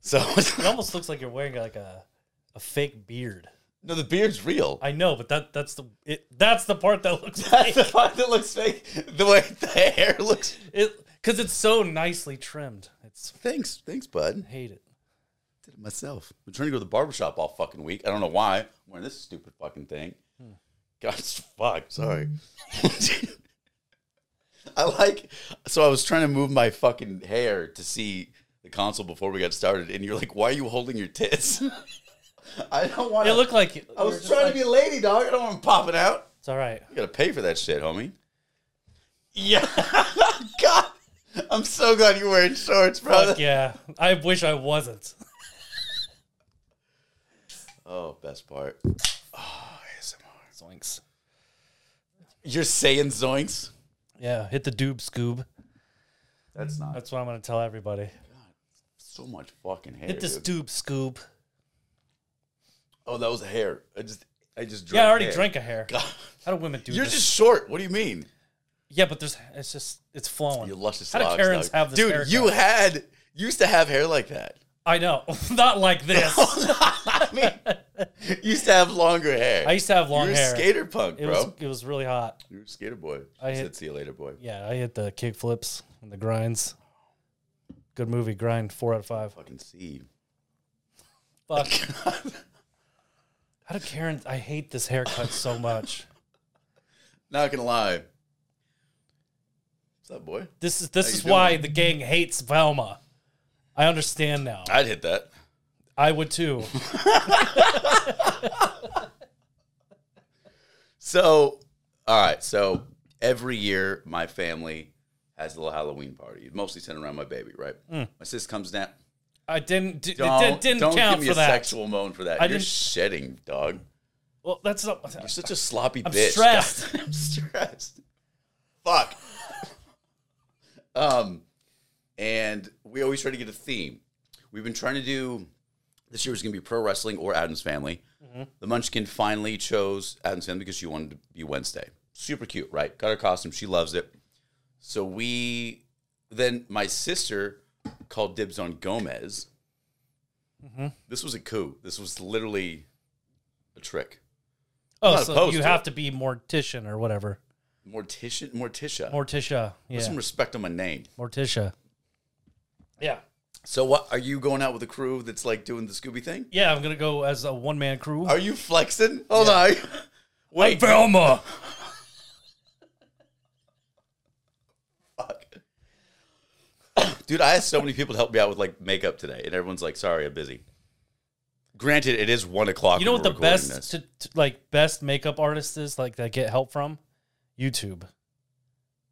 So It almost looks like you're wearing like a, a fake beard. no, the beard's real. I know, but that that's the it, that's the part that looks That's like the part that looks fake. The way the hair looks. it because it's so nicely trimmed. It's Thanks, thanks, bud. I hate it. did it myself. I've been trying to go to the barbershop all fucking week. I don't know why. I'm wearing this stupid fucking thing. Hmm. God, fuck. Sorry. I like. So I was trying to move my fucking hair to see the console before we got started, and you're like, "Why are you holding your tits?" I don't want. It to looked like I was trying to be a lady, dog. I don't want to pop it out. It's all right. You gotta pay for that shit, homie. Yeah. God, I'm so glad you're wearing shorts, bro. Fuck yeah. I wish I wasn't. Oh, best part. Oh, ASMR. Zoinks. You're saying zoinks? Yeah, hit the doob scoob. That's not. That's what I'm gonna tell everybody. so much fucking hair. Hit this dude. doob scoop. oh, that was a hair. I just, I just. Drank Yeah, I already hair. drank a hair. God. How do women do You're this? just short. What do you mean? yeah, but there's it's just it's flowing. You luscious. How do locks, Karens dog. have this Dude, haircut? you had you used to have hair like that. I know, not like this. I mean, you used to have longer hair. I used to have long you were hair. a skater punk, it bro. was it was really hot. you were a skater boy. I I hit- said, "See you later, boy." Yeah, I hit the kick flips and the grinds. Good movie, grind four out of five. Fucking see. Fuck. How do Karens? I hate this haircut so much. Not gonna lie. What's up, boy? This is this you is doing? why the gang hates Velma. I understand now. I'd hit that. I would too. So, all right. So every year, my family has a little Halloween party. It's mostly centered around my baby, right? My sis comes down. I didn't. d- Don't, it Mm. did, didn't don't count give me for a that. sexual moan for that. I You're didn't- shedding, dog. Well, that's not. You're such a sloppy I'm bitch. stressed. God. I'm stressed. Fuck. um, and we always try to get a theme. We've been trying to do. This year was going to be pro wrestling or Adam's Family. Mm-hmm. The Munchkin finally chose Adam's Family because she wanted to be Wednesday. Super cute, right? Got her costume. She loves it. So we then my sister called dibs on Gomez. Mm-hmm. This was a coup. This was literally a trick. Oh, not so opposed you to have to be mortician or whatever. Morticia, Morticia. Morticia. Put some Yeah. respect on my name. Morticia. Yeah. So, what are you going out with a crew that's like doing the Scooby thing? Yeah, I'm gonna go as a one man crew. Are you flexing? Hold on. I'm Wait, Velma. fuck. dude. I asked so many people to help me out with like makeup today, and everyone's like, "Sorry, I'm busy." Granted, it is one o'clock. You know when what the we're recording best this. to, to- like best makeup artist is like that get help from? YouTube.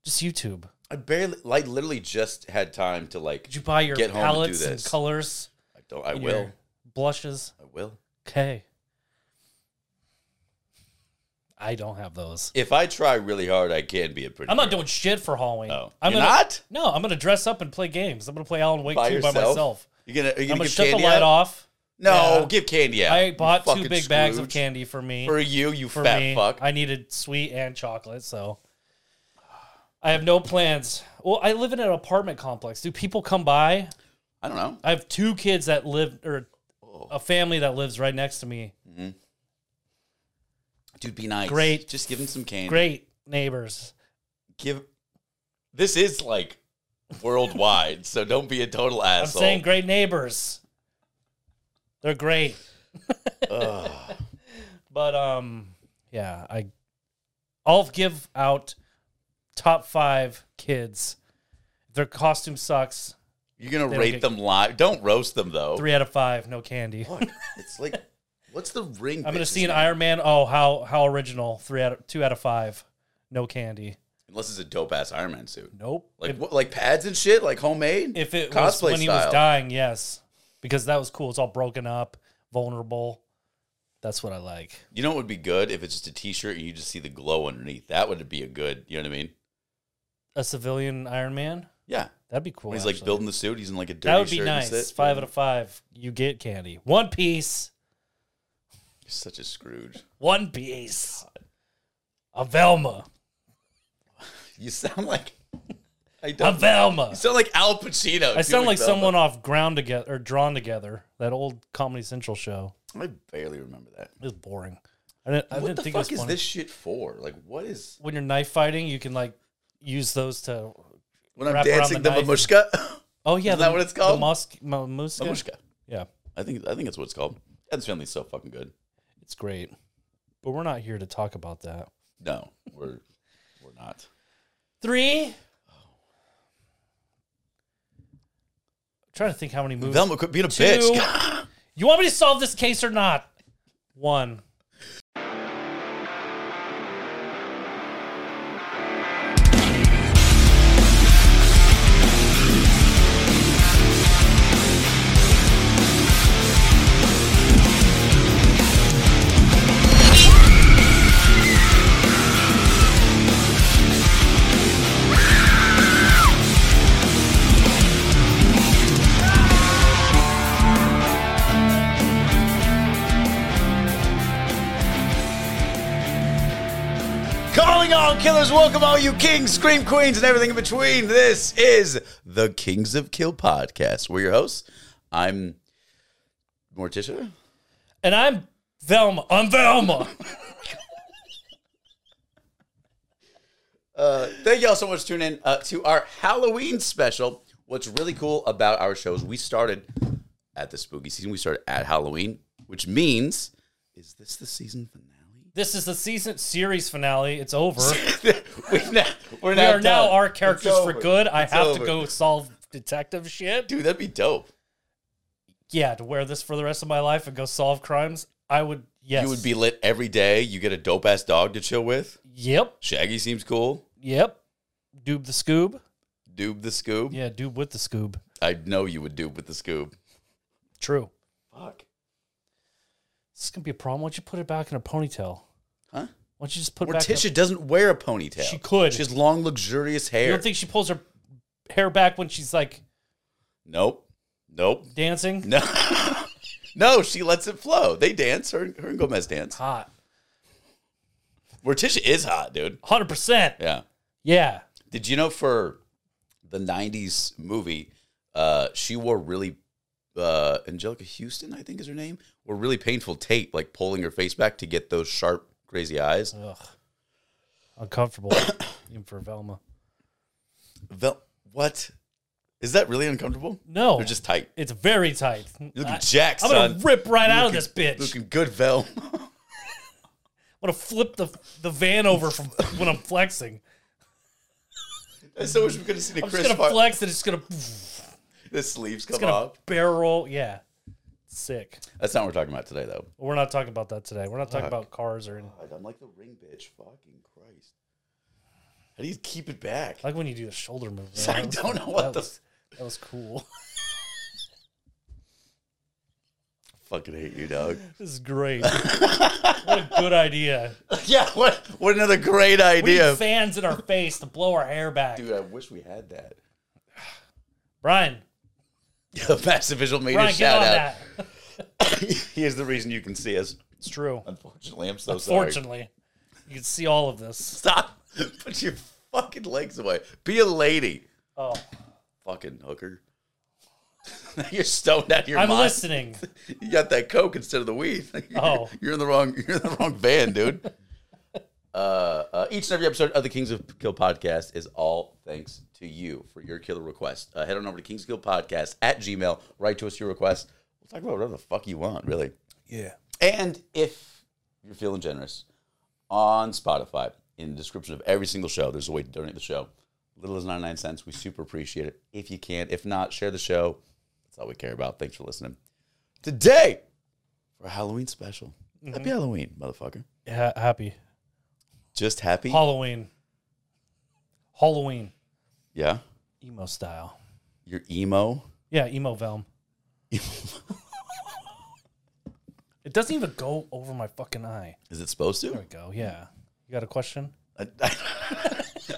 Just YouTube. I barely, like, literally just had time to like. Did you buy your Get home and do palettes and, this. colors? I don't. I and will. your Blushes. I will. Okay. I don't have those. If I try really hard, I can be a pretty. I'm not doing shit for Halloween. Oh, I'm you're gonna, not No, I'm gonna dress up and play games. I'm gonna play Alan Wake by 2 yourself. by myself. You're gonna. Are you gonna, I'm gonna give shut the candy light out? off. No, Yeah. give candy out. I you bought two fucking big bags of Scrooge. candy for me. for you. You for fat me. fuck. I needed sweet and chocolate, so I have no plans. Well, I live in an apartment complex. Do people come by? I don't know. I have two kids that live, or a family that lives right next to me. Dude, be nice. Great. Just give him some candy. Great neighbors. Give. This is like worldwide, so don't be a total I'm asshole. saying great neighbors. They're great, Ugh. but um, yeah, I, I'll give out top five kids. Their costume sucks. You're gonna They don't rate get- them live. Don't roast them though. Three out of five, no candy. Look, it's like, what's the ring? I'm gonna bitch's see an name? Iron Man. Oh, how how original! Three out of two out of five. No candy. Unless it's a dope ass Iron Man suit, Nope. like if, what, like pads and shit, like homemade. if it was cosplay when he was style. dying, yes, because that was cool. It's all broken up, vulnerable. That's what I like. you know what would be good if it's just a T-shirt and you just see the glow underneath. That would be a good. You know what I mean? A civilian Iron Man. Yeah. That'd be cool. When he's like actually. building the suit, he's in like a dirty That would be shirt nice. And shit. Five out of five. You get candy. One piece. You're such a Scrooge. One piece. A Velma. You sound like I I'm don't. Velma. You sound like Al Pacino. I sound like someone off Ground Together or Drawn Together, that old Comedy Central show. I barely remember that. It was boring. I didn't, I what didn't the think fuck it was is funny. this shit for? Like, what is When you're knife fighting, you can like use those to. when I'm Wrap around dancing the the knife. mamushka? Oh yeah, Isn't that what it's called? The musk, mamuska? mamushka. Yeah, I think I think that's what it's called. Adam's family's so fucking good. it's great. But we're not here to talk about that. No, we're we're not. Three. trying to think how many movies. Velma could be a Two. bitch. You want me to solve this case or not? One. Calling all killers, welcome all you kings, scream queens, and everything in between. This is the Kings of Kill podcast. We're your hosts. I'm Morticia. And I'm Velma. I'm Velma. Uh, thank y'all so much for tuning in uh, to our Halloween special. What's really cool about our shows, we started at the spooky season. We started at Halloween, which means is this the season finale? this is the season series finale. It's over. we now, we're we are now done. our characters It's for over. good. I It's have over. to go solve detective shit. Dude, that'd be dope. Yeah, to wear this for the rest of my life and go solve crimes. I would. Yes. You would be lit every day. You get a dope ass dog to chill with. Yep. Shaggy seems cool. Yep. Doob the Scoob. Doob the Scoob. Yeah, Doob with the Scoob. I know you would doob with the Scoob. True. Fuck. This is gonna be a problem. Why don't you put it back in a ponytail? Huh? Why don't you just put it back? in a- Morticia doesn't wear a ponytail. She could. She has long, luxurious hair. you don't think she pulls her hair back when she's like nope. Nope. dancing? No. no, she lets it flow. They dance. Her, her and Gomez dance. Hot. Morticia is hot, dude. Hundred percent. Yeah. Yeah. Did you know for the 90s movie, uh, she wore really, uh, Angelica Houston, I think is her name, wore really painful tape, like pulling her face back to get those sharp, crazy eyes. Ugh. Uncomfortable. Even for Velma. Vel- what? Is that really uncomfortable? No. They're just tight. it's very tight. You're looking I- jacked, I'm son. gonna rip right out of Looking- this bitch. Looking good, Vel. I'm gonna flip the the van over from when I'm flexing. I so wish we could have seen a I'm just Chris gonna Farley. flex and it's gonna it's the sleeves come gonna off. barrel. Yeah. Sick. That's not what we're talking about today, though. But we're not talking about that today. We're not talking about cars or anything. God, I'm like the ring bitch. Fucking Christ. How do you keep it back? I like when you do the shoulder movement. I don't know what that the was, that was cool. fucking hate you, dog. This is great. what a good idea. yeah, what what another great We idea. need fans in our face to blow our hair back. Dude, I wish we had that. Brian, Massive visual media Brian, get shout on out. that. Here's the reason you can see us. It's true. Unfortunately, I'm so sorry. Fortunately, you can see all of this. Stop. Put your fucking legs away. Be a lady. Oh, Fucking hooker. you're stoned out of your I'm mind. listening. You got that coke instead of the weed. Oh. you're in the wrong. You're in the wrong band, dude. uh, uh, each and every episode of the Kings of Kill podcast is all thanks to you for your killer request. Uh, head on over to Kings of Kill podcast at Gmail. Write to us your request. We'll talk about whatever the fuck you want, really. Yeah. And if you're feeling generous, on Spotify, in the description of every single show, there's a way to donate the show. Little as 99 cents. We super appreciate it. If you can, if not, share the show. That's all we care about. Thanks for listening. Today, for a Halloween special. Happy Halloween, motherfucker. Ha- happy Just happy. Halloween. Halloween yeah. emo style. Your emo. Yeah, emo Velm. it doesn't even go over my fucking eye. Is it supposed There to? we go. Yeah. You got a question? I,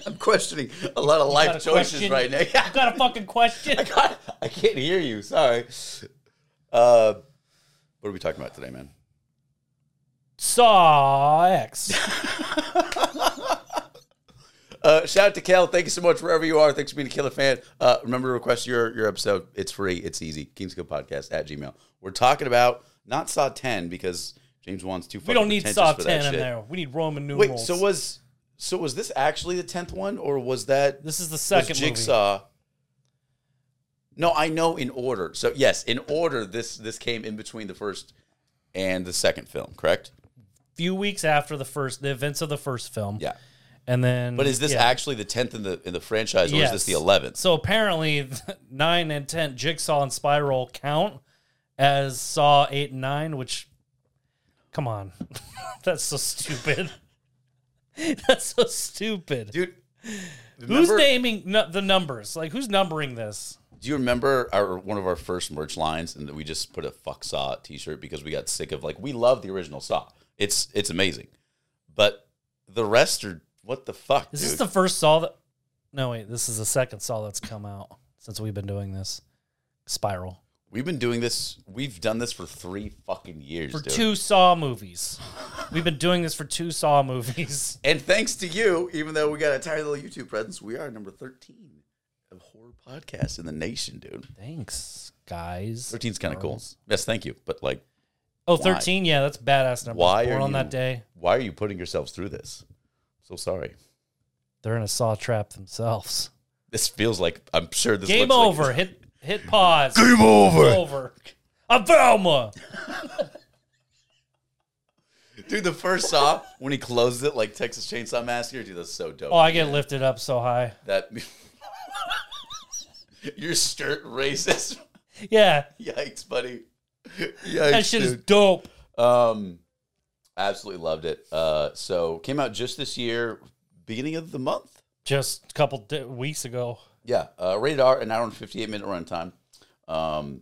am questioning a lot of life a choices question? right now. Yeah. You got a fucking question? I got. I can't hear you. Sorry. Uh, what are we talking about today, man? Saw X. Uh, shout out to Kel. Thank you so much wherever you are. Thanks for being a killer fan. Uh, remember to request your your episode. It's free. It's easy. Kingsco Podcast at Gmail. We're talking about not Saw 10 because James wants too fucking We don't need pretentious Saw for that 10 in shit. there. We need Roman Wait, numerals. so was so was this actually the tenth one, or was that This is the was second movie. Jigsaw? No, I know in order. So yes, in order, this this came in between the first and the second film, correct? Few weeks after the first, the events of the first film. Yeah. And then. But is this yeah. actually the tenth in the in the franchise, or is this the Yes. eleventh? So apparently, nine and ten, Jigsaw and Spiral count as Saw eight and nine. Which, come on, that's so stupid. that's so stupid. Dude, who's remember- naming nu- the numbers? Like, who's numbering this? Do you remember our one of our first merch lines, and we just put a "fuck Saw" T-shirt because we got sick of like we love the original Saw. It's it's amazing, but the rest are what the fuck, Is dude? this the first Saw that? No, wait. This is the second Saw that's come out since we've been doing this. Spiral We've been doing this. We've done this for three fucking years, for dude. two Saw movies. we've been doing this for two Saw movies. And thanks to you, even though we got a tiny little YouTube presence, we are number thirteen of horror podcasts in the nation, dude. Thanks, guys. 13's kind of cool. Yes, thank you. But like, Oh, Why? 13, yeah, that's badass number. Why Born are on you- that day. why are you putting yourselves through this? So sorry. They're in a saw trap themselmes. This feels like I'm sure this Game looks like- over. hit hit pause. Game Game over. over. I'm Velma. Dude, the first saw when he closes it like Texas Chainsaw Massacre, dude, that's so dope. Oh, I get lifted up so high. that your skirt racist. Yeah, Yikes, buddy. Yikes, that shit is dude. dope. Um, absolutely loved it. Uh, so came out just this year, beginning of the month. Just a couple di- weeks ago. Yeah, uh, rated R, an hour and fifty-eight minute runtime. Um,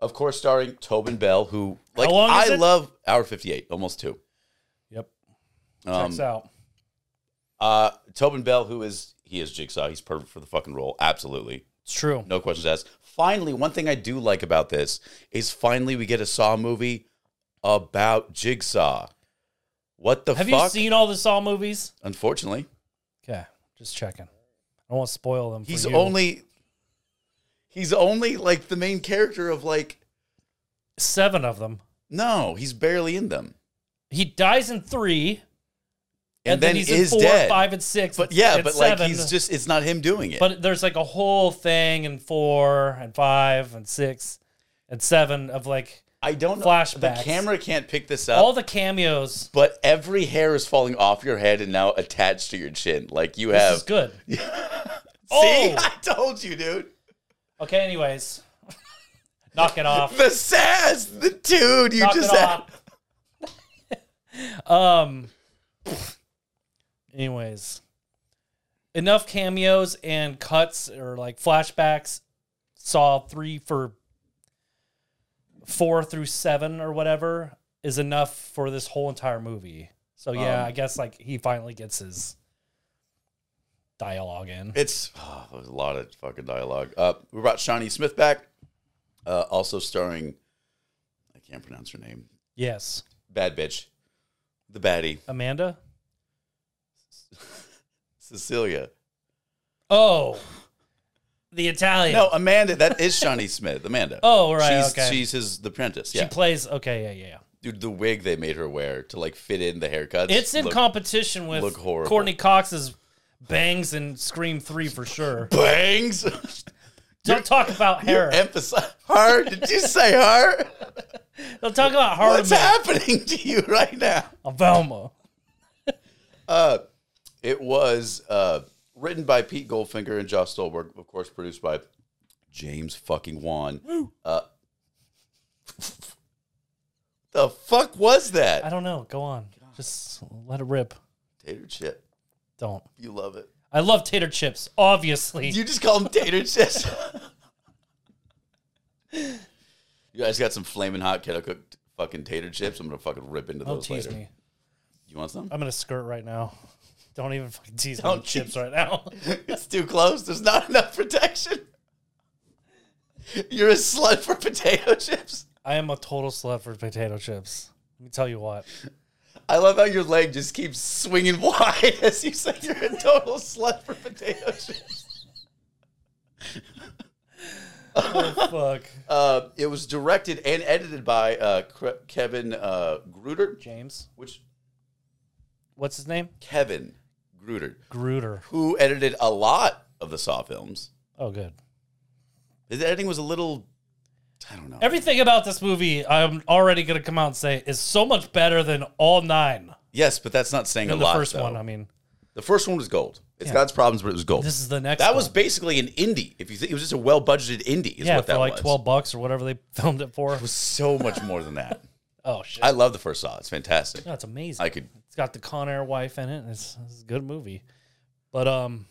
of course, starring Tobin Bell, who like long I is it? love hour fifty-eight, almost two. Yep. Um, Checks out. Uh, Tobin Bell, who is he is Jigsaw. He's perfect for the fucking role. Absolutely, It's true. no questions asked. Finally, one thing I do like about this is finally we get a Saw movie about Jigsaw. What the Have fuck? you seen all the Saw movies? Unfortunately, Okay, just checking. I don't want to spoil them. For he's you. only he's only like the main character of like seven of them. no, he's barely in them. He dies in three, And, then, he's is in four, dead. five, and six. but and- yeah, and but seven. like he's just it's not him doing it. But there's like a whole thing in four and five and six and seven of like I don't know. The flashbacks. camera can't pick this up. all the cameos. but every hair is falling off your head and now attached to your chin. Like you This have is good. See, Oh! I told you, dude. Okay, anyways. Knock it off. The sass, the dude you Knock just it had. off. um anyways. Enough cameos and cuts or like flashbacks. Saw three for four through seven or whatever is enough for this whole entire movie. So yeah, Um, I guess like he finally gets his dialogue in. It's oh, there's a lot of fucking dialogue. Uh, we brought Shawnee Smith back, uh, also starring. I can't pronounce her name. Yes. Bad bitch, the baddie, Amanda? Cecilia. Oh. The Italian. No, Amanda. That is Shawnee Smith. Amanda. Oh, right. she's okay. she's his the apprentice. She Yeah, plays. Okay, yeah, yeah, yeah. dude, the wig they made her wear to like fit in the haircuts. It's in looked competition with look horrible. Courtney Cox's bangs and Scream Three for sure. bangs. Don't talk about hair. Emphasize her. Did you say her? Don't talk about What's Harlem. happening to you right now? Velma. It was uh, written by Pete Goldfinger and Josh Stolberg, of course, produced by James fucking Wan. Uh, the fuck was I that? don't know. Go on. Just let it rip. Tater chip. Don't. You love it. I love tater chips. Obviously. You just call them tater chips. you guys got some flaming hot kettle cooked fucking tater chips. I'm gonna fucking rip into Don't those tease later. me. You want some? I'm gonna skirt right now. Don't even fucking tease me Don't with chips tease- right now. it's too close. There's not enough protection. You're a slut for potato chips. I am a total slut for potato chips. Let me tell you what. I love how your leg just keeps swinging wide as you say you're a total slut for potato chips. Fuck. Uh, it was directed and edited by uh, Cre- Kevin uh, Gruder, James. which What's his name? Kevin Gruder, Gruder. who edited a lot of the Saw films. Oh, good. His editing was a little, I don't know. Everything about this movie, I'm already going to come out and say, is so much better than all nine. yes, but that's not saying a Than the lot. first though. one, I mean. The first one was gold. It's God's problems, but it was gold. This is the next that was one. basically an indie. If you think it was just a well-budgeted indie, is yeah, what for that like was. 12 bucks or whatever they filmed it for. It was so much more than that. Oh, shit. I love the first Saw. It's fantastic. That's amazing. I could. It's got the Con Air wife in it. and It's, it's a good movie, but um,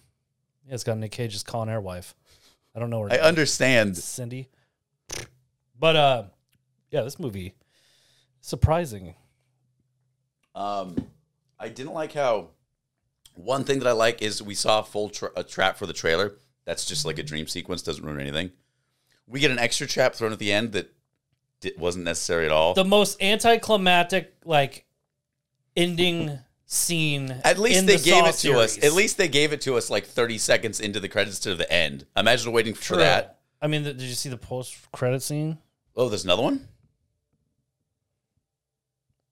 yeah, it's got Nick Cage's Con Air wife. I don't know her I name, understand. Cindy. But uh, yeah, this movie surprising. Um, I didn't like how. One thing that I like is we saw a full tra- a trap for the trailer. That's just like a dream sequence. Doesn't ruin anything. We get an extra trap thrown at the end that di- wasn't necessary at all. The most anticlimactic like ending scene. At least in they the gave Saw it to us. series. At least they gave it to us like 30 seconds into the credits to the end. Imagine waiting for True. that. I mean, th- did you see the post credit scene? Oh, there's another one?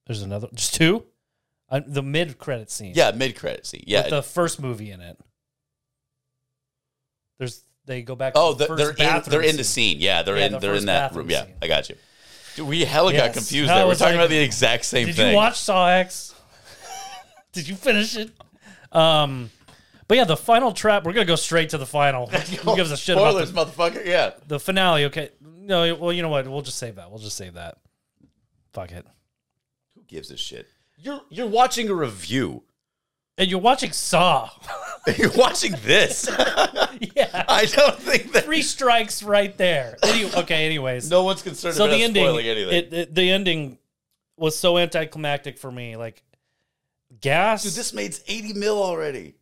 There's another, just two. Uh, the mid credit scene. Yeah, mid credit scene. Yeah. with the first movie in it. There's they go back. oh, to the the, first they're in bathroom they're in scene. the scene. Yeah, they're Yeah, in the they're in first that bathroom room. Yeah, scene. I got you. Dude, we hella got Yes. confused I there. We're was talking like, about the exact same Did thing. you watch Saw X? Did you finish it? Um, but yeah, the final trap. We're gonna go straight to the final. Who gives a shit about Spoilers, the, motherfucker. Yeah. the finale? Okay, no. Well, you know what? We'll just save that. We'll just save that. Fuck it. Who gives a shit? You're you're watching a review. And you're watching Saw. You're watching this. yeah, I don't think that three strikes right there. Any- okay. Anyways, no one's concerned so about the ending, spoiling anything. It, it- the ending was so anticlimactic for me. Like gas, Dude, this made 80 mil already.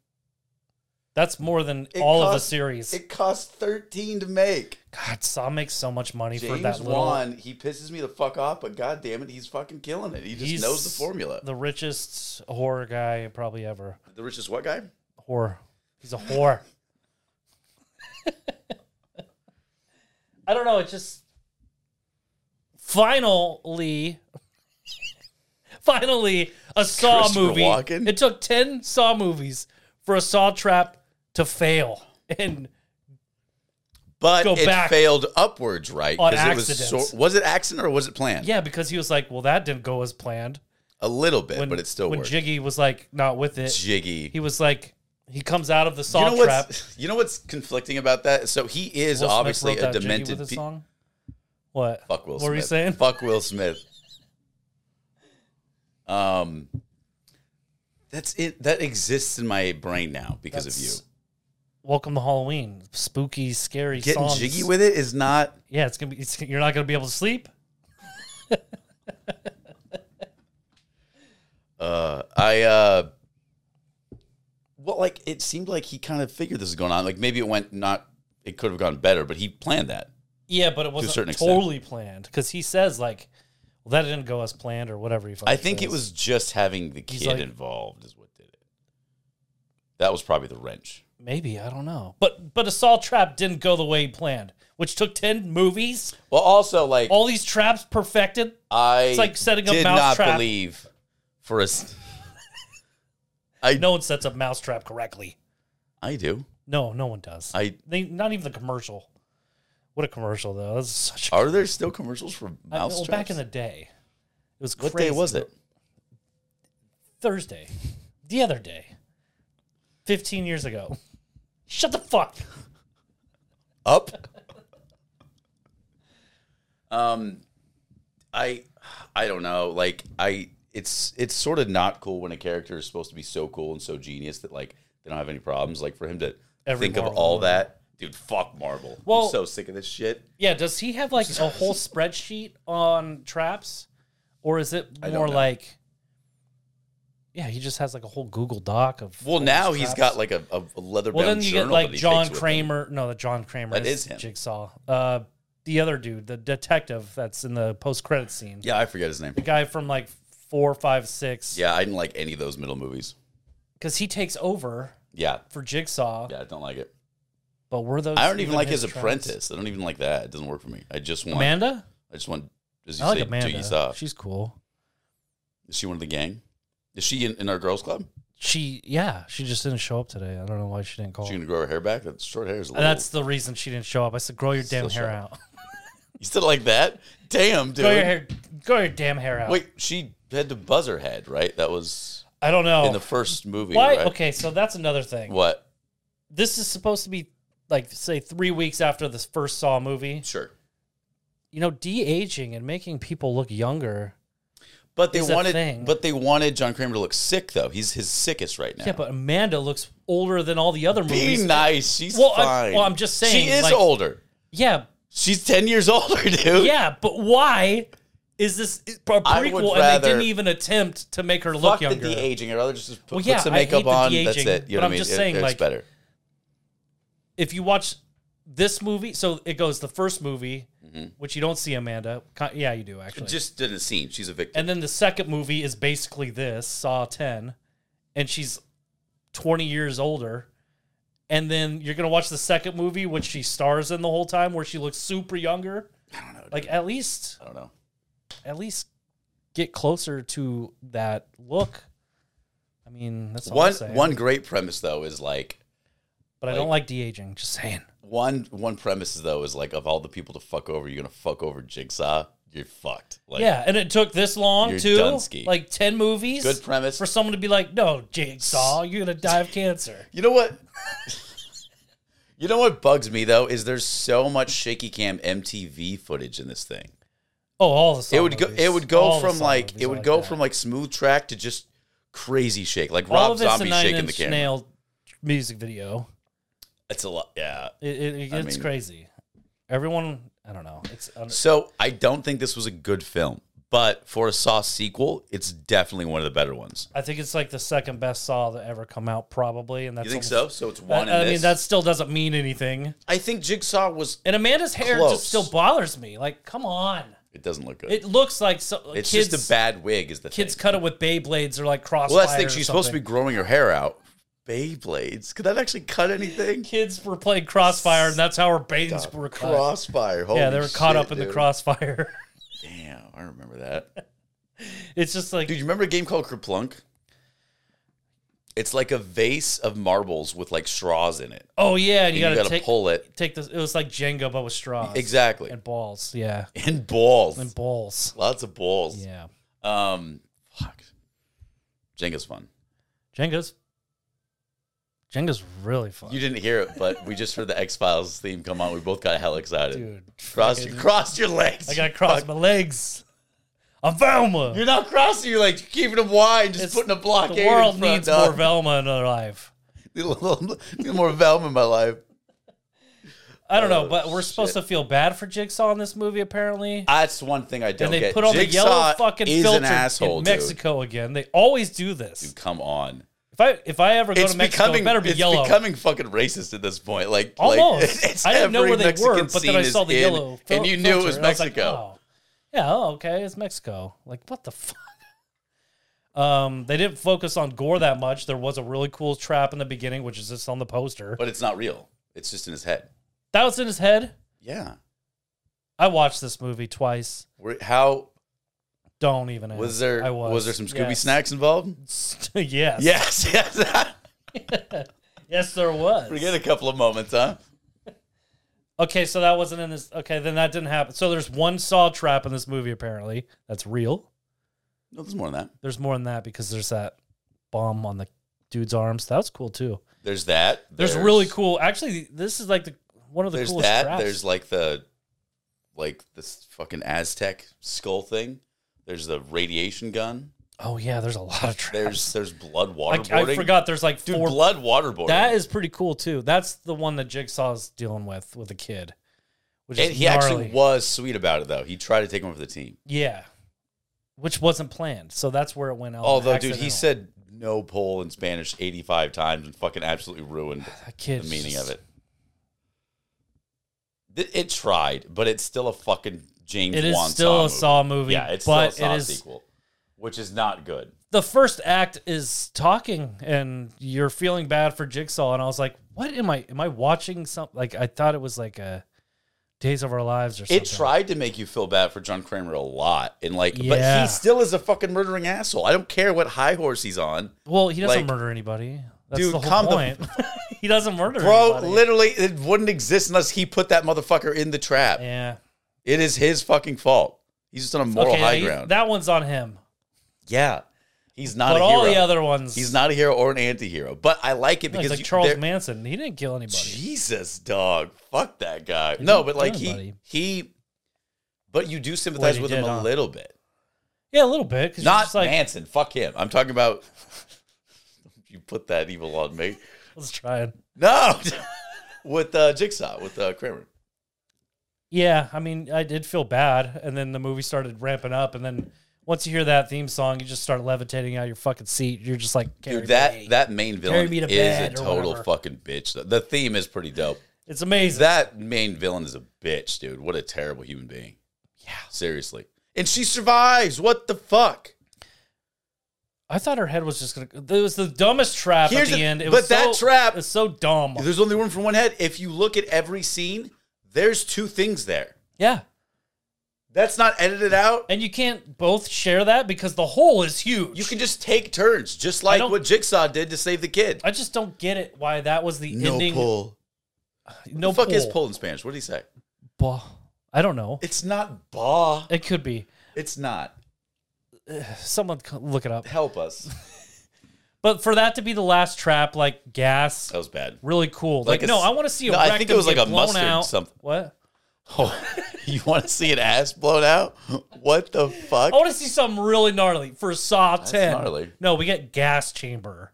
that's more than It all of the cost- series. It cost 13 to make. God, Saw makes so much money for James that little. Wan, he pisses me the fuck off, but god damn it, he's fucking killing it. He just He's knows the formula. The richest horror guy probably ever. The richest what guy? Whore. He's a whore. I don't know. It just finally, finally, a Saw Christopher movie. Walken? It took ten Saw movies for a Saw trap to fail, and But Go it back. failed upwards, right? On it was accident. was it accident or was it planned? yeah, because he was like, "Well, that didn't go as planned." a little bit, When, but it still when worked. Jiggy was like not with it, Jiggy. he was like, he comes out of the you Saw know trap. what's you know what's conflicting about that? So he is Will Smith obviously wrote a that Jiggy with demented. his pe- song. What? Fuck Will What Smith. were you saying? Fuck Will Smith. Um, that's it. That exists in my brain now because of you. That's- Welcome to Halloween. Spooky, scary Getting songs. jiggy with it is not. Yeah, it's gonna be. It's, you're not gonna be able to sleep. Uh, I uh, well, like it seemed like he kind of figured this was going on. Like maybe it went not. It could have gone better, but he planned that. Yeah, but it certain wasn't extent. totally planned because he says like, "Well, that didn't go as planned" or whatever. He I fucking think it says. was just having the kid like- involved is what did it. That was probably the wrench. maybe I don't know. But but Assault Trap didn't go the way he planned, which took ten movies. Well, also like All these traps perfected. I it's like setting up did not mousetrap. believe for us. No one sets up mousetrap correctly. I do. No, no one does. I they not even the commercial. What a commercial though. That's such a are there still commercials for I- mouse Uh, well, back in the day, it was what crazy. day was it? Thursday, the other day, fifteen years ago. Shut the fuck. Up. um, I I don't know. Like I, it's it's sort of not cool when a character is supposed to be so cool and so genius that like they don't have any problems. Like for him to Every think of Marvel all movie. that, dude. Fuck Marvel. Well- I'm so sick of this shit. Yeah, does he have like a whole spreadsheet on traps, or is it don't more know. like? Yeah, he just has like a whole Google Doc of. Well, now he's traps. got like a, a leather. Well, then you get like John Crane. Kramer. No, the John Kramer That is is him. Jigsaw. Uh, the other dude, the detective that's in the post credit scene. Yeah, I forget his name. the guy from like four, five, six. Yeah, I didn't like any of those middle movies. Because he takes over Yeah, for Jigsaw. yeah, I don't like it. But were those? I don't even like his, tracks? apprentice. I don't even like that. It doesn't work for me. I just want. Amanda. I just want. As you I like say, uh, Amanda. Jigsaw. She's cool. Is she one of the gang? Is she in, in our girls' club? She yeah. She just didn't show up today. I don't know why she didn't call. She gonna grow her hair back? That short hair is a And little. that's the reason she didn't show up. I said, "Grow your damn Still hair show out. you still like that? Damn, dude. grow your hair. Grow your damn hair out." Wait, she had to buzz her head, right? That was I don't know. in the first movie. Oh. why? Right? Okay, so that's another thing. What? This is supposed to be like say three weeks after this first Saw movie. Sure. You know, de aging and making people look younger. But they It's a wanted, thing. but they wanted John Kramer to look sick though. He's his sickest right now. Yeah, but Amanda looks older than all the other be movies. nice. She's Well, I- fine. well, I'm just saying, she is like- older. yeah, She's ten years older, dude. yeah, but why is this a I would prequel and rather- they didn't even attempt to make her Fuck look the younger? de aging. I'd rather just put, Well, yeah, put some I makeup hate the on. That's de-aging, it. You know what but I I'm mean? just It- saying, it's like- better. if you watch this movie, so it goes the first movie, which you don't see Amanda. Ki- Yeah, you do actually. Mm-hmm. Just didn't seem she's a victim. and then the second movie is basically this Saw 10, and she's 20 years older. And then you're gonna watch the second movie, which she stars in the whole time, where she looks super younger. I don't know. Dude. Like at least, I don't know. at least get closer to that look. I mean, that's all I'm One saying. one great premise though is like but I don't like de aging. Just saying. one one premise though is like of all the people to fuck over, you're gonna fuck over Jigsaw. You're fucked. Like, yeah, and it took this long You're too. Dunsky. Like ten movies. Good premise. for someone to be like, "No, Jigsaw, you're gonna die of cancer." You know what? you know what bugs me though is there's so much shaky cam MTV footage in this thing. Oh, all the Saw It would go. movies. It would go All the from Saw like movies it are would go that. from like smooth track to just crazy shake, like all Rob of it's Zombie a Nine shaking the Inch camera. Nail music video. It's a lot. Yeah. It, it, it I gets mean- crazy. Everyone, I don't know. It's under, So I don't think this was a good film, but for a Saw sequel, it's definitely one of the better ones. I think it's like the second best Saw that ever come out, probably. And that's You think so? almost- So it's one. I, in I mean, this. that still doesn't mean anything. I think Jigsaw was. And Amanda's hair Close. just still bothers me. Like, come on. It doesn't look good. It looks like so, it's kids. just a bad wig. Is the Kids thing. cut it with Beyblades or like crossfire. Well, that's the or thing. She's supposed to something. be growing her hair out. Beyblades. Could that actually cut anything? kids were playing crossfire, and that's how her bangs were cut. Crossfire. Holy yeah, they were caught shit, up in the dude. crossfire. Damn, I remember that. it's just like Dude, you remember a game called Kerplunk? It's like a vase of marbles with like straws in it. Oh yeah, and you, You, gotta, gotta take pull it. take this. It was like Jenga, but with straws Exactly. And, and balls. Yeah, balls. and balls. Lots of balls. Yeah, Um fuck. Jenga's fun. Jenga's Jenga's really fun, You didn't hear it, but we just heard the X Files theme come on. We both got hell excited. dude. cross your cross your legs. I gotta cross my legs. I'm Velma. You're not crossing. You're like keeping them wide, just It's- putting a blockade. the world in front, needs dog. more Velma in their life. Need a little- need more Velma in my life. I don't Oh, know, but we're supposed to feel bad for Jigsaw in this movie, apparently. That's one thing I don't And they get. put on the Jigsaw yellow fucking is filter an asshole, in dude. Mexico again. They always do this. Come on, If I if I ever go it's to Mexico, becoming it better be it's yellow. becoming fucking racist at this point. Like like, Almost. it's I didn't know every where they Mexican were, but then scene I is saw the in, yellow. fil- and you knew it filter, was and I like, Mexico. oh. Yeah. Oh, okay. It's Mexico. Like, what the fuck? Um, they didn't focus on gore that much. There was a really cool trap in the beginning, which is just on the poster. But it's not real. It's just in his head. That was in his head. Yeah. I watched this movie twice. Were- How Don't even. Ask. was there? I was. was. there some Scooby Yes. snacks involved? yes. Yes, yes. Yes, there was. Forget a couple of moments, huh? Okay, so that wasn't in this. Okay, then that didn't happen. So there's one saw trap in this movie. Apparently, that's real. No, there's more than that. There's more than that because there's that bomb on the dude's arms. That was cool too. There's that. There's, really cool. Actually, this is like the one of the there's coolest that. traps. There's like the like this fucking Aztec skull thing. There's the radiation gun. oh yeah, there's a lot of traps. There's there's blood Like, waterboarding. I forgot. There's like Dude, four. blood waterboarding. That is pretty cool too. That's the one that Jigsaw's dealing with with a kid, which and is he actually gnarly. was sweet about it though. He tried to take him for the team. yeah, which wasn't planned. So that's where it went Oh, out. Although, Oh, dude, he accidental. said no pole in Spanish 85 times and fucking absolutely ruined That the kid's meaning just- of it. Th- It tried, but it's still a fucking James It is Wan still Saw a movie. Saw movie. Yeah, it's but still a Saw it is sequel. which is not good. the first act is talking and you're feeling bad for Jigsaw and I was like, what am I am I watching something like I thought it was like a Days of Our Lives or something. It tried to make you feel bad for John Kramer a lot, and like, but Yeah. he still is a fucking murdering asshole. I don't care what high horse he's on, well, he like- doesn't murder anybody. That's Dude, the whole come the- point. he doesn't murder bro. anybody. Literally, it wouldn't exist unless he put that motherfucker in the trap. yeah. It is his fucking fault. He's just on a moral okay, high he- ground. that one's on him. yeah, he's not But a all hero. the other ones he's not a hero or an anti-hero. But I like it no, he's because like you- Charles there- Manson. He didn't kill anybody. Jesus, dog, fuck that guy. No, didn't but do like he anybody. he, but you do sympathize he with him did, a huh? little bit. Yeah, a little bit. 'cause you're Not just like, Manson. Fuck him. I'm talking about. you put that evil on me. let's try it. No, with uh, Jigsaw, with uh, Kramer. Yeah, I mean, I did feel bad, and then the movie started ramping up, and then once you hear that theme song, you just start levitating out of your fucking seat. You're just like, "Carry Dude, that me." that main villain me to is a bed or total whatever. fucking bitch. The- The theme is pretty dope. it's amazing. That main villain is a bitch, dude. What a terrible human being. Yeah, seriously. And she survives. What the fuck? I thought her head was just gonna. It was the dumbest trap Here's at the the- end. It but was that so, trap- is so dumb. There's only room for one head. If you look at every scene, there's two things there. Yeah, That's not edited out. and you can't both share that because the hole is huge. You can just take turns, just like don't- what Jigsaw did to save the kid. I just don't get it. Why that was the ending? pull. No the fuck is pull. pull in Spanish? What did he say? Bah. I don't know. It's not ba. It could be It's not. someone c- look it up. Help us. But for that to be the last trap, like gas, That was bad. really cool. Like Like, a no, s- I want to see a No, rectum I think it was like a blown mustard out. something. What? Oh, you want to see an ass blown out? What the fuck? I want to see something really gnarly for Saw Ten. gnarly. No, we get gas chamber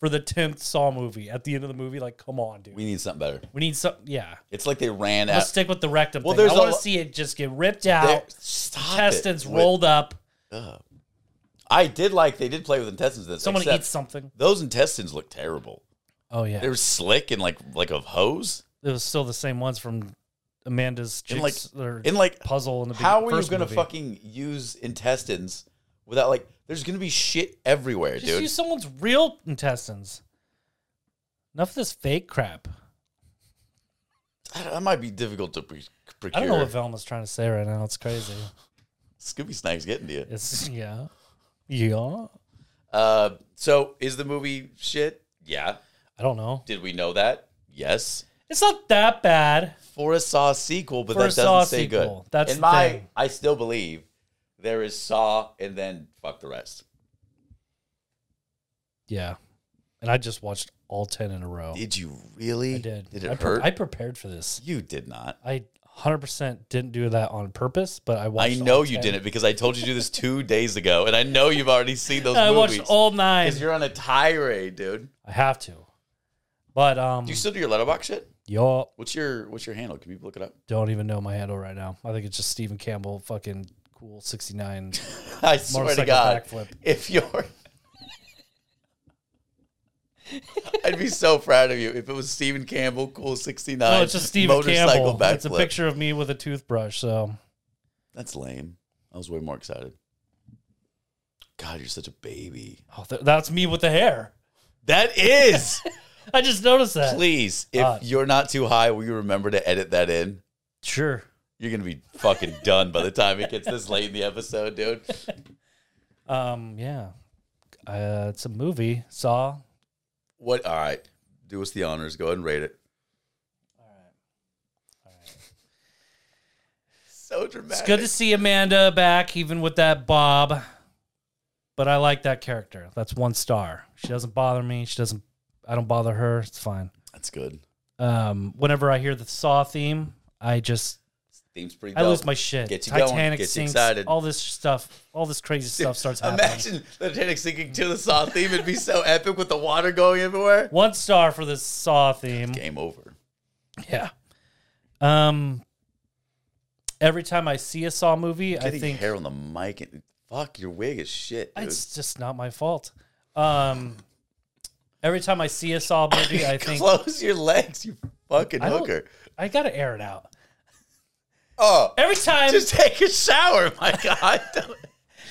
for the tenth Saw movie. At the end of the movie, like, come on, dude. We, We need something better. need some. Yeah, It's like they ran let's out. stick with the rectum. Well, thing. there's I a want to lo- see it just get ripped There- out, Stop intestines it. rolled up. I did like they did play with intestines. in This Someone except eats something. those intestines look terrible. Oh yeah, They were slick and like like a hose. it was still the same ones from Amanda's And like chicks, or and like puzzle in the how big- are you first gonna movie. fucking use intestines without like? There's gonna be shit everywhere, Just dude. use someone's real intestines. Enough of this fake crap. I don't- that might be difficult to pre- I procure. don't know what Velma's trying to say right now. It's crazy. Scooby Snacks getting to you. It's yeah, yeah. Uh, so is the movie shit? Yeah. I don't know. Did we know that? Yes. It's not that bad. For a Saw sequel, but For a that Saw doesn't say sequel. good. That's in the my. thing. I still believe there is Saw, and then fuck the rest. Yeah, and I just watched all ten in a row. Did you really? I did. it I, pre- hurt? I prepared for this. you did not. I 100 percent didn't do that on purpose, but I I watched. know all you 10. didn't because I told you to do this two days ago, and I know you've already seen those I movies. watched all nine. Because you're on a tirade, dude. I have to, but um, Do you still do your letterbox shit? y'all What's your What's your handle? Can people look it up? don't even know my handle right now. I think it's just Stephen Campbell, fucking cool 69. I swear to Motorcycle God, backflip. if you're, I'd be so proud of you if it was Stephen Campbell, cool sixty nine. No, it's just Stephen Campbell. It's a picture of me with a toothbrush. So That's lame. I was way more excited. God, you're such a baby. oh, th- that's me with the hair. That is. I just noticed that. Please, if God. you're not too high, will you remember to edit that in? Sure. You're gonna be fucking done by the time it gets this late in the episode, dude. Um. Yeah. Uh, it's a movie. Saw. What? All right, do us the honors. Go ahead and rate it. So dramatic. It's good to see Amanda back, even with that bob. But I like that character. That's one star. She doesn't bother me. She doesn't. I don't bother her. It's fine. That's good. Um. Whenever I hear the Saw theme, I just Theme's pretty. I dope. lose my shit. Gets you going, Titanic gets you sinks. excited. All this stuff. All this crazy stuff starts happening. Imagine the Titanic sinking to the Saw theme. It'd be so epic with the water going everywhere. One star for this Saw theme. Game over. Yeah. Um. Every time I see a Saw movie, I Getting think hair on the mic and fuck your wig is shit, dude. it's just not my fault. Um. Every time I see a Saw movie, I think Close your legs, you fucking I don't- hooker. I gotta air it out. Oh, Every time, just take a shower, my god.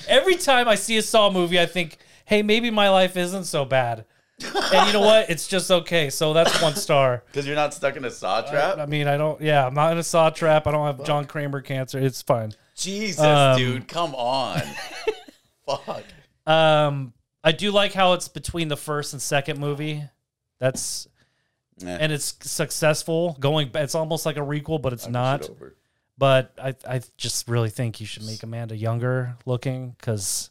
Every time I see a Saw movie, I think, hey, maybe my life isn't so bad. and you know what? It's just okay. So that's one star. Because you're not stuck in a saw trap. I mean, I don't, yeah, I'm not in a Saw trap. I don't have John Kramer cancer. It's fine. Jesus, dude, come on. Fuck. Um, I do like how it's between the first and second movie. That's Nah. and it's successful. Going, ba- it's almost like a requel, but it's not. Shit over. But I, I just really think you should make Amanda younger looking because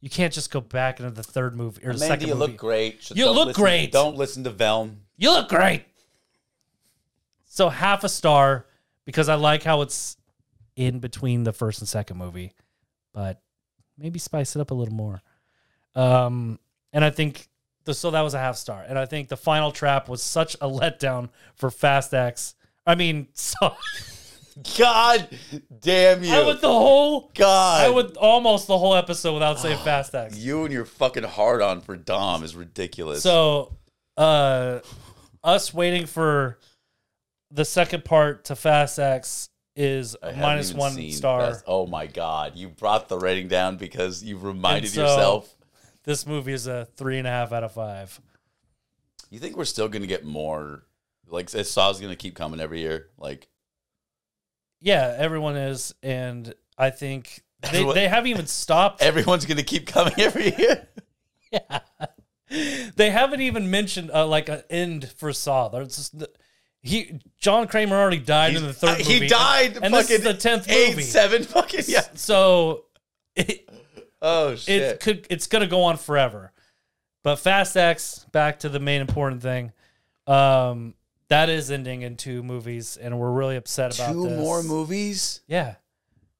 you can't just go back into the third movie or the Mandy, second you movie. look great. Just You don't look listen- great. Don't listen to Velm. you look great. So half a star because I like how it's in between the first and second movie, but maybe spice it up a little more. Um, and I think the, so that was a half star, and I think the final trap was such a letdown for Fast X. I mean, so God damn you. I went the whole God. I went almost the whole episode without saying Fast X. you and your fucking hard on for Dom is ridiculous. So, uh, us waiting for the second part to Fast X is I a haven't minus even one seen star. Fast- Oh my god, you brought the rating down because you reminded And so- yourself. This movie is a three and a half out of five. You think we're still gonna get more? Like this Saw's gonna keep coming every year. Like Yeah, everyone is, and I think they, Everyone- they haven't even stopped. everyone's gonna keep coming every year. They haven't even mentioned uh, like an end for Saw. There's just the- he John Kramer already died in the third. I- movie, he died. and fucking this is the tenth eight, movie. seven. Fucking yeah. So it, Oh it shit. could it's gonna go on forever. But Fast X, back to the main important thing. Um, that is ending in two movies, and we're really upset about Two this. more movies. Yeah.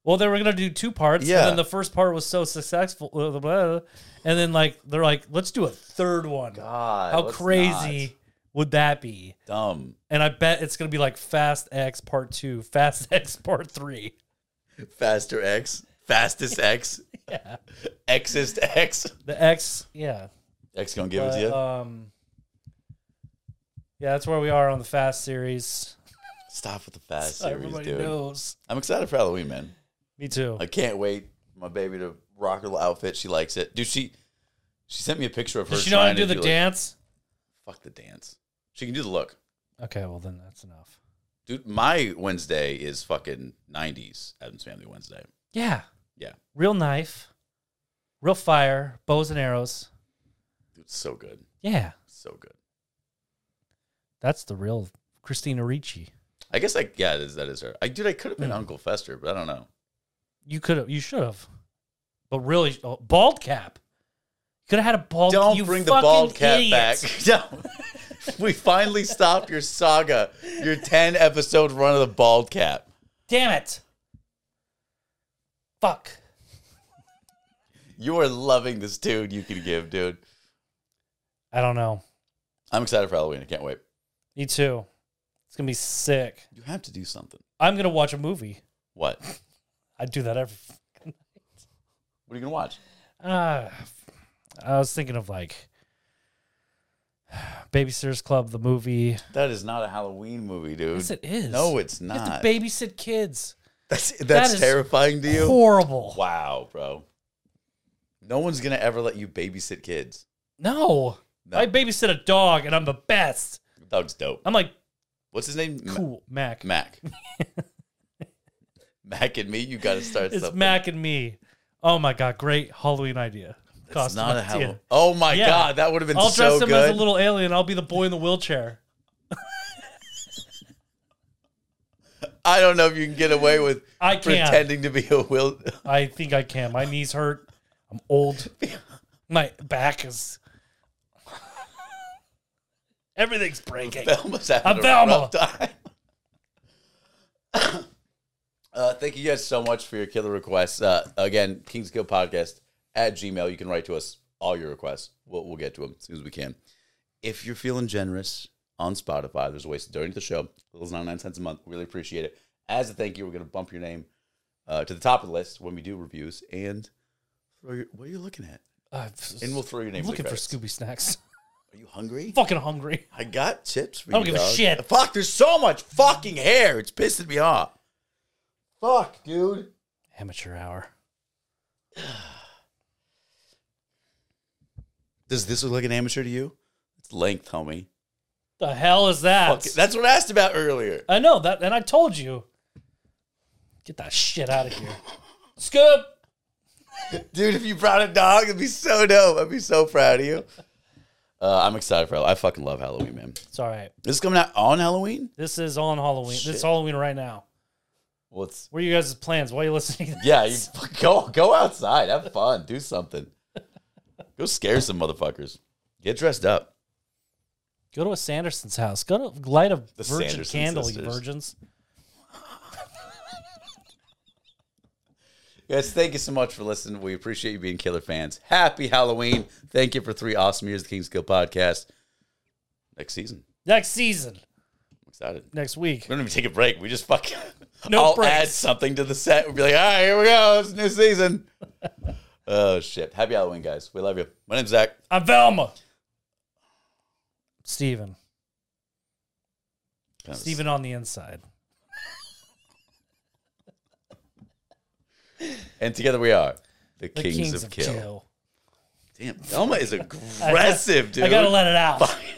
Well, they were gonna do two parts. Yeah. And then the first part was so successful, uh, blah, blah, blah. and then like they're like, let's do a third one. God, How let's crazy would that be? not. Dumb. And I bet it's gonna be like Fast X Part Two, Fast X Part Three. Faster X. Fastest X. Yeah. Xist X. The X, yeah. X gonna give it But, to you. um, yeah, that's where we are on the Fast series. Stop with the fast So series, Everybody dude. knows. I'm excited for Halloween, man. Me too. I can't wait for my baby to rock her little outfit. She likes it. Dude, she she sent me a picture of her. Does she know how to trying do the like- dance? fuck the dance. She can do the look. Okay, well then that's enough. Dude, my Wednesday is fucking nineties Adam's Family Wednesday. Yeah. Yeah. Real knife, real fire, bows and arrows. Dude, it's so good. Yeah, So good. that's the real Christina Ricci. I guess I yeah, it is, that is her. I dude, I could have Hmm. been Uncle Fester, but I don't know. You could have, you should have, but really, oh, bald cap. Could have had a bald. Don't Oh, you bring the fucking bald cat idiot. back. No. we finally stopped your saga, your ten episode run of the bald cap. Damn it! Fuck. You are loving this dude you can give, dude. I don't know. I'm excited for Halloween. I can't wait. Me too. It's gonna be sick. You have to do something. I'm gonna watch a movie. What? I do that every. What are you gonna watch? Uh, I was thinking of like Babysitters Club, the movie. That is not a Halloween movie, dude. Yes, it is. No, it's You have not. to babysit kids. that's that's is terrifying to you. Horrible. Wow, bro. No one's gonna ever let you babysit kids. No. No. I babysit a dog and I'm the best. Dog's dope. I'm like, What's his name? Ma- cool, Mac. Mac. Mac and me. You got to start it's something. Mac and me. Oh my God. Great Halloween idea. It's not a idea. Halloween. Oh my Yeah. god, that would have been I'll so dress him good. as a little alien. I'll be the boy in the wheelchair. I don't know if you can get away with I can't. pretending to be a will. I think I can. My knees hurt. I'm old. My back is. Everything's breaking. Velma's having a, A Velma. rough time. uh, thank you guys so much for your killer requests. Uh, again, King's Kill Podcast at Gmail. You can write to us all your requests. We'll, we'll get to them as soon as we can. If you're feeling generous on Spotify, there's ways to donate to the show. Little as 99 cents a month. Really appreciate it. As a thank you, we're going to bump your name uh, to the top of the list when we do reviews. And throw your, what are you looking at? Uh, And we'll throw your name. I'm in the looking for credits. Scooby snacks. Are you hungry? Fucking hungry. I got chips for I don't you, give a dog. shit. Fuck, there's so much fucking hair. It's pissing me off. Fuck, dude. Amateur hour. Does this look like an amateur to you? It's length, homie. The hell is that? Fuck it. That's what I asked about earlier. I know that, and I told you. Get that shit out of here, Scoop. Dude, if you brought a dog, it'd be so dope. I'd be so proud of you. Uh, I'm excited for Halloween. I fucking love Halloween, man. It's all right. This is coming out on Halloween? This is on Halloween. This Shit. is Halloween right now. Well, it's What are you guys' plans? Why are you listening? To this? Yeah, you f- go go outside, have fun, do something. Go scare some motherfuckers. Get dressed up. Go to a Sanderson's house. Go to light a virgin Sanderson candle, you sisters. virgins. Guys, thank you so much for listening. We appreciate you being killer fans. Happy Halloween. Thank you for three awesome years of the King's Kill podcast. Next season. Next season, I'm excited. next week. We don't even take a break. We just fucking No I'll breaks. add something to the set. We'll be like, all right, here we go. It's a new season. oh shit. Happy Halloween, guys. We love you. My name's Zach. I'm Velma. Steven. Kind of Steven on the inside. And together we are the, The Kings, of, Kill. Damn, Velma is aggressive, dude. I gotta let it out. Fuck.